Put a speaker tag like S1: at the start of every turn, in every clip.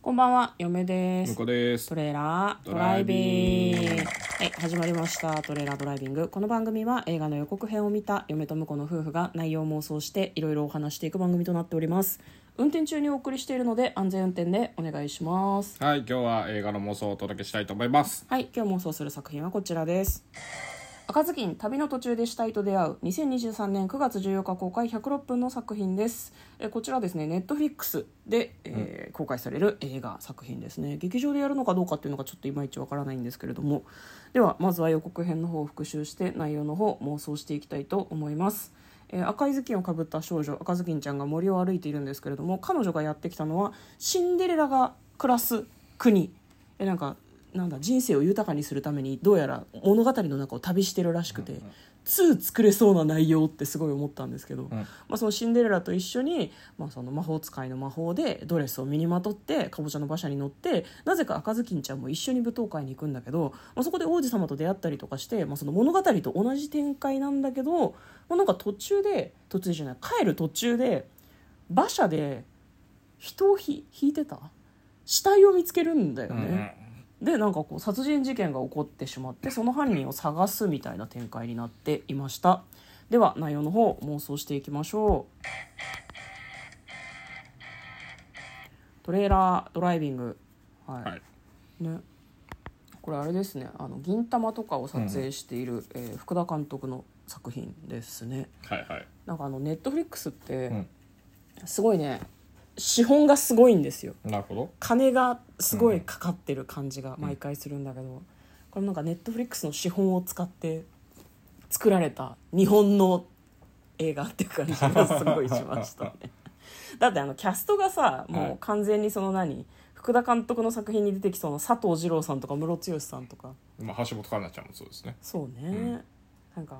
S1: こんばんは、嫁です。
S2: 向こうです
S1: ト。レーラードライビングはい始まりましたトレーラードライビングこの番組は映画の予告編を見た嫁と婿の夫婦が内容を妄想していろいろお話していく番組となっております運転中にお送りしているので安全運転でお願いします
S2: はい、今日は映画の妄想をお届けしたいと思います。
S1: はい今日妄想する作品はこちらです赤ずきん旅の途中で死体と出会う2023年9月14日公開106分の作品ですえこちらですねネットフィックスで、えー公開される映画作品ですね劇場でやるのかどうかっていうのがちょっといまいちわからないんですけれどもではまずは予告編の方を復習して内容の方妄想していきたいと思いますえー赤い頭巾をかぶった少女赤ずきんちゃんが森を歩いているんですけれども彼女がやってきたのはシンデレラが暮らす国えなんかなんだ人生を豊かにするためにどうやら物語の中を旅してるらしくて、2作れそうな内容ってすごい思ったんですけど、まあ、そのシンデレラと一緒に、まあ、その魔法使いの魔法でドレスを身にまとってかぼちゃの馬車に乗ってなぜか赤ずきんちゃんも一緒に舞踏会に行くんだけど、まあ、そこで王子様と出会ったりとかして、まあ、その物語と同じ展開なんだけど、まあ、なんか途中で途中じゃない帰る途中で馬車で人をひ引いてた死体を見つけるんだよね。でなんかこう殺人事件が起こってしまってその犯人を探すみたいな展開になっていましたでは内容の方妄想していきましょうトレーラードライビングはい、
S2: はい。
S1: ねこれあれですねあの銀魂とかを撮影している、えー福田監督の作品ですね
S2: はいはい。
S1: なんかあのネットフリックスって、
S2: ん
S1: すごいね資本がすごいんですよ
S2: なるほど。
S1: 金がすごいかかってる感じが毎回するんだけど、これなんかネットフリックスの資本を使って作られた日本の映画っていう感じがすごいしました ねだってあのキャストがさもう完全にその何、福田監督の作品に出てきそうな佐藤二朗さんとかムロツヨシさんとか
S2: まあ橋本環奈ちゃんもそうですね。
S1: そうね、
S2: ん
S1: なんか、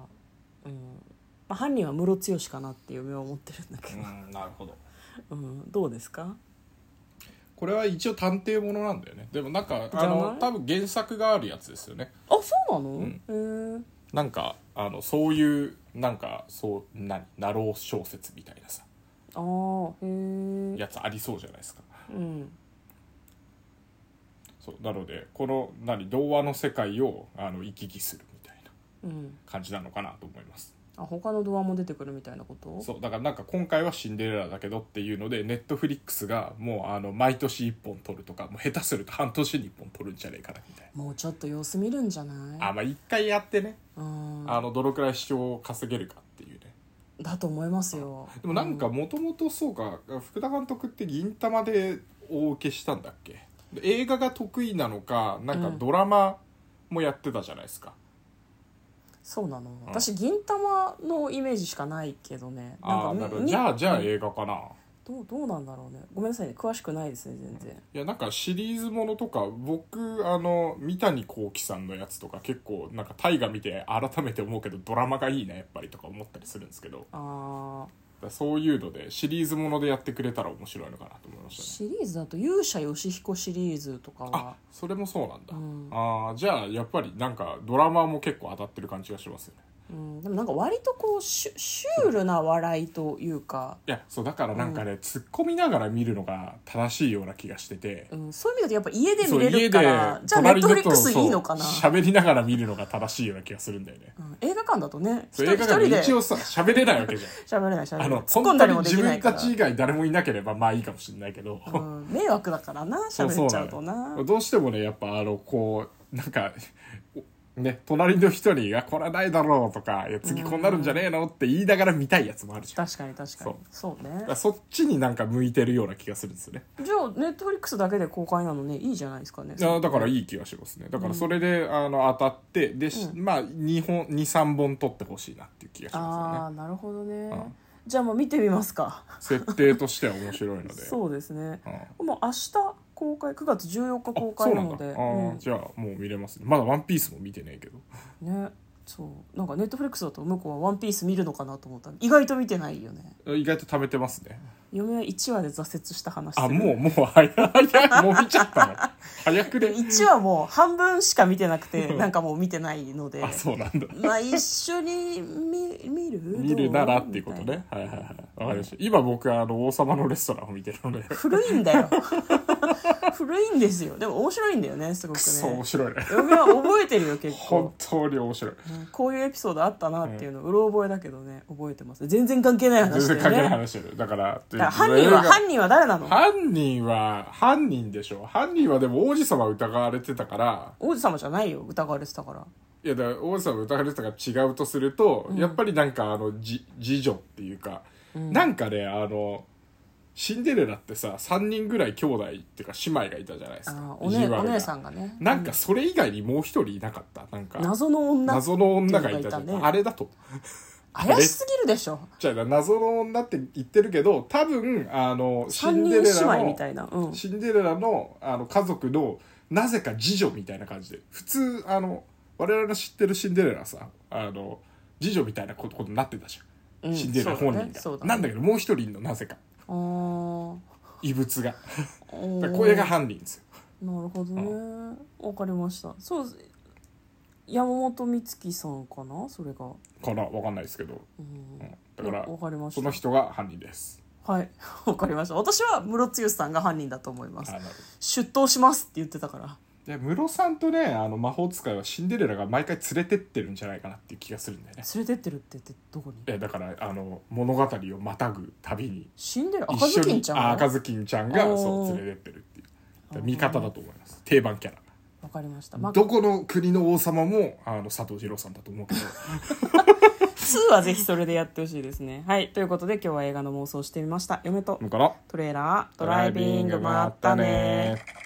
S1: うんまあ、犯人はムロツヨシかなっていう目を持ってるんだけ
S2: うん、なるほど。
S1: ど、うん、どうですか
S2: これは一応探偵ものなんだよね。でもなんか
S1: じゃな
S2: あ
S1: い
S2: の多分原作があるやつですよね。
S1: あそうなの、
S2: ん
S1: えー
S2: なんかあのそういうなんかそう何ナロー小説みたいなさ
S1: あーへえ
S2: やつありそうじゃないですか。
S1: うん
S2: そうなのでこの何童話の世界をあの行き来するみたいな
S1: うん、
S2: 感じなのかなと思います。
S1: あ他のドアも出てくるみたいなこと
S2: そうだからなんか今回はシンデレラだけどっていうのでネットフリックスがもうあの毎年1本撮るとかもう下手すると半年に1本撮るんじゃねえかなみたい
S1: もうちょっと様子見るんじゃない
S2: なあまあ1回やってね、
S1: うん、
S2: あのどのくらい視聴を稼げるかっていうね
S1: だと思いますよ
S2: でもなんかもともとそうか福田監督って銀魂で大受けしたんだっけで映画が得意なのかなんかドラマもやってたじゃないですか、
S1: そうなの、私銀魂のイメージしかないけどね
S2: ああ
S1: ん
S2: な
S1: か
S2: るほ
S1: みみ
S2: どじゃあじゃあ映画かな、
S1: どうどうなんだろうねごめんなさいね詳しくないですね全然
S2: いやなんかシリーズものとか僕あの三谷幸喜さんのやつとか結構なんか大河見て改めて思うけどドラマがいいなやっぱりとか思ったりするんですけどだか
S1: あー
S2: らそういうのでシリーズものでやってくれたら面白いのかなと思いました
S1: シ
S2: ね
S1: リーズだと勇者ヨシヒコシリーズとか
S2: あ
S1: は
S2: それもそうなんだ、
S1: うん
S2: ああじゃあやっぱりなんかドラマも結構当たってる感じがしますよね
S1: うん、でもなんか割とこうシュシュールな笑いというか、
S2: いやそうだからなんかね、突っ込みながら見るのが正しいような気がしてて、
S1: うん、そういう意味だとやっぱ家で
S2: そ
S1: 見
S2: う
S1: れるからじゃあネットフリックスいいのかな、
S2: そう喋りながら見るのが正しいような気がするんだよね
S1: うん、映画館だとね
S2: そう映画館
S1: 一
S2: で一応さ喋れないわけじゃん
S1: 喋れない喋れな
S2: あ
S1: い突
S2: の
S1: っ込ん
S2: 本
S1: だ
S2: 当
S1: り
S2: に
S1: もで
S2: 自
S1: きない
S2: 分
S1: か
S2: た
S1: ら
S2: ち以外誰もいなければまあいいかもしれないけど、
S1: うん、迷惑だからな
S2: そう
S1: 喋っちゃうとな
S2: そうなのどうしてもねやっぱあのこうなんかおね隣の人に「いやこれはないだろう」とか「いや次こんなるんじゃねえの?」って言いながら見たいやつもあるじゃんだか
S1: 確かに確かにそうね
S2: らそっちになんか向いてるような気がするんですよね
S1: じゃあネットフリックスだけで公開なのねいいじゃないですかね
S2: いやだからいい気がしますねだからそれで、あの当たってで、しまあ2本23本取ってほしいなっていう気がします
S1: あ
S2: よ
S1: あ
S2: ね
S1: なるほどね、
S2: ん
S1: じゃあもう見てみますか
S2: 設定としては面白いの で
S1: そうですね
S2: う、ん
S1: もう明日公開9月14日公
S2: あそ
S1: 開
S2: う
S1: な
S2: なん
S1: の
S2: だ
S1: で
S2: あー、じゃあもう見れますねまだ「ワンピースも見てねえけど
S1: うん、ねそうなんかネットフリックスだと向こうは「ワンピース見るのかなと思ったら意外と見てないよね
S2: 意外と貯めてますね
S1: 嫁は1話で挫折した話す
S2: あ
S1: る
S2: もうもう早い早いもう見ちゃったの 早くね
S1: 1話もう半分しか見てなくてなんかもう見てないので
S2: あそうなんだ
S1: まあ一緒に見見る
S2: 見るならっていうこ
S1: ど
S2: と。
S1: みた
S2: ねはいはいはいわかりました今僕はあの王様のレストランを見てるので
S1: 古いんだよ。 古いんですよでも面白いんだよねすごく
S2: くそ面
S1: ね
S2: 白いね
S1: 嫁は覚えてるよ結
S2: 本
S1: 構
S2: 当に面白い
S1: うんこういうエピソードあったなっていうのうろ覚えだけどね覚えてます全然関係ない
S2: 全
S1: 話だ
S2: 然
S1: よ
S2: 関係ない
S1: ね
S2: 話だよだから
S1: だから犯人は
S2: 映画
S1: 犯人は誰なの
S2: 犯人は犯人でしょ犯人はでも王子様疑われてたから
S1: 王子様じゃないよ疑われてたから
S2: いやだから王子様疑われてたから違うとすると、やっぱりなんかあのじ次女っていうか、なんかねあのシンデレラってさ3人ぐらい兄弟っていうか姉妹がいたじゃないです
S1: あ
S2: か
S1: ーお,、ね、お姉さ
S2: ん
S1: んがね
S2: なんかそれ以外にもう一人いなかったなんか
S1: 謎の女
S2: 謎の女がいたじゃ
S1: っ
S2: ん、
S1: ていうのがいたね
S2: あれだと
S1: 怪しすぎるでしょ
S2: じゃあ謎の女って言ってるけど多分あのシ
S1: 三
S2: ン
S1: 人
S2: デレ
S1: 姉
S2: ラ
S1: 妹
S2: の
S1: みたいな、うん、
S2: シンデレラのあの家族のなぜか次女みたいな感じで普通あの我々の知ってるシンデレラはさあの次女みたいなことことになってたじゃん、
S1: うん
S2: シンデレラ本人が、
S1: そうだねそうだね
S2: なんだけどもう一人いるのなぜか
S1: あー
S2: 異物がだから
S1: お
S2: これが
S1: なる
S2: 犯人ですよ
S1: ほどねわかりましたそう山本美月さんかなそれが、
S2: から分かんないですけど、
S1: うん
S2: うんだから
S1: わかりま
S2: そ
S1: し
S2: の
S1: た
S2: 人が犯人です
S1: はい わかりました私はムロツヨシさんが犯人だと思いま
S2: あ
S1: す
S2: なるほど
S1: 出頭しますって言ってたから
S2: でムロさんとねあの魔法使いはシンデレラが毎回連れてってるんじゃないかなっていう気がするんだよね
S1: 連れてってるって言ってどこに
S2: えだからあの物語をまたぐ旅に
S1: 死んでる赤ず
S2: 一緒
S1: きん
S2: に
S1: ちゃん
S2: あ
S1: が
S2: 赤ずきんちゃんが
S1: おー
S2: そう連れてってるっていうだから
S1: あー
S2: 味方だと思います定番キャ
S1: わかりました、ま
S2: ラ
S1: あ、
S2: どこの国の王様もあの佐藤二郎さんだと思うけど
S1: 2はぜひそれでやってほしいですねはいということで今日は映画の妄想をしてみました嫁と
S2: だから
S1: トレーラードライビングまったね
S2: ー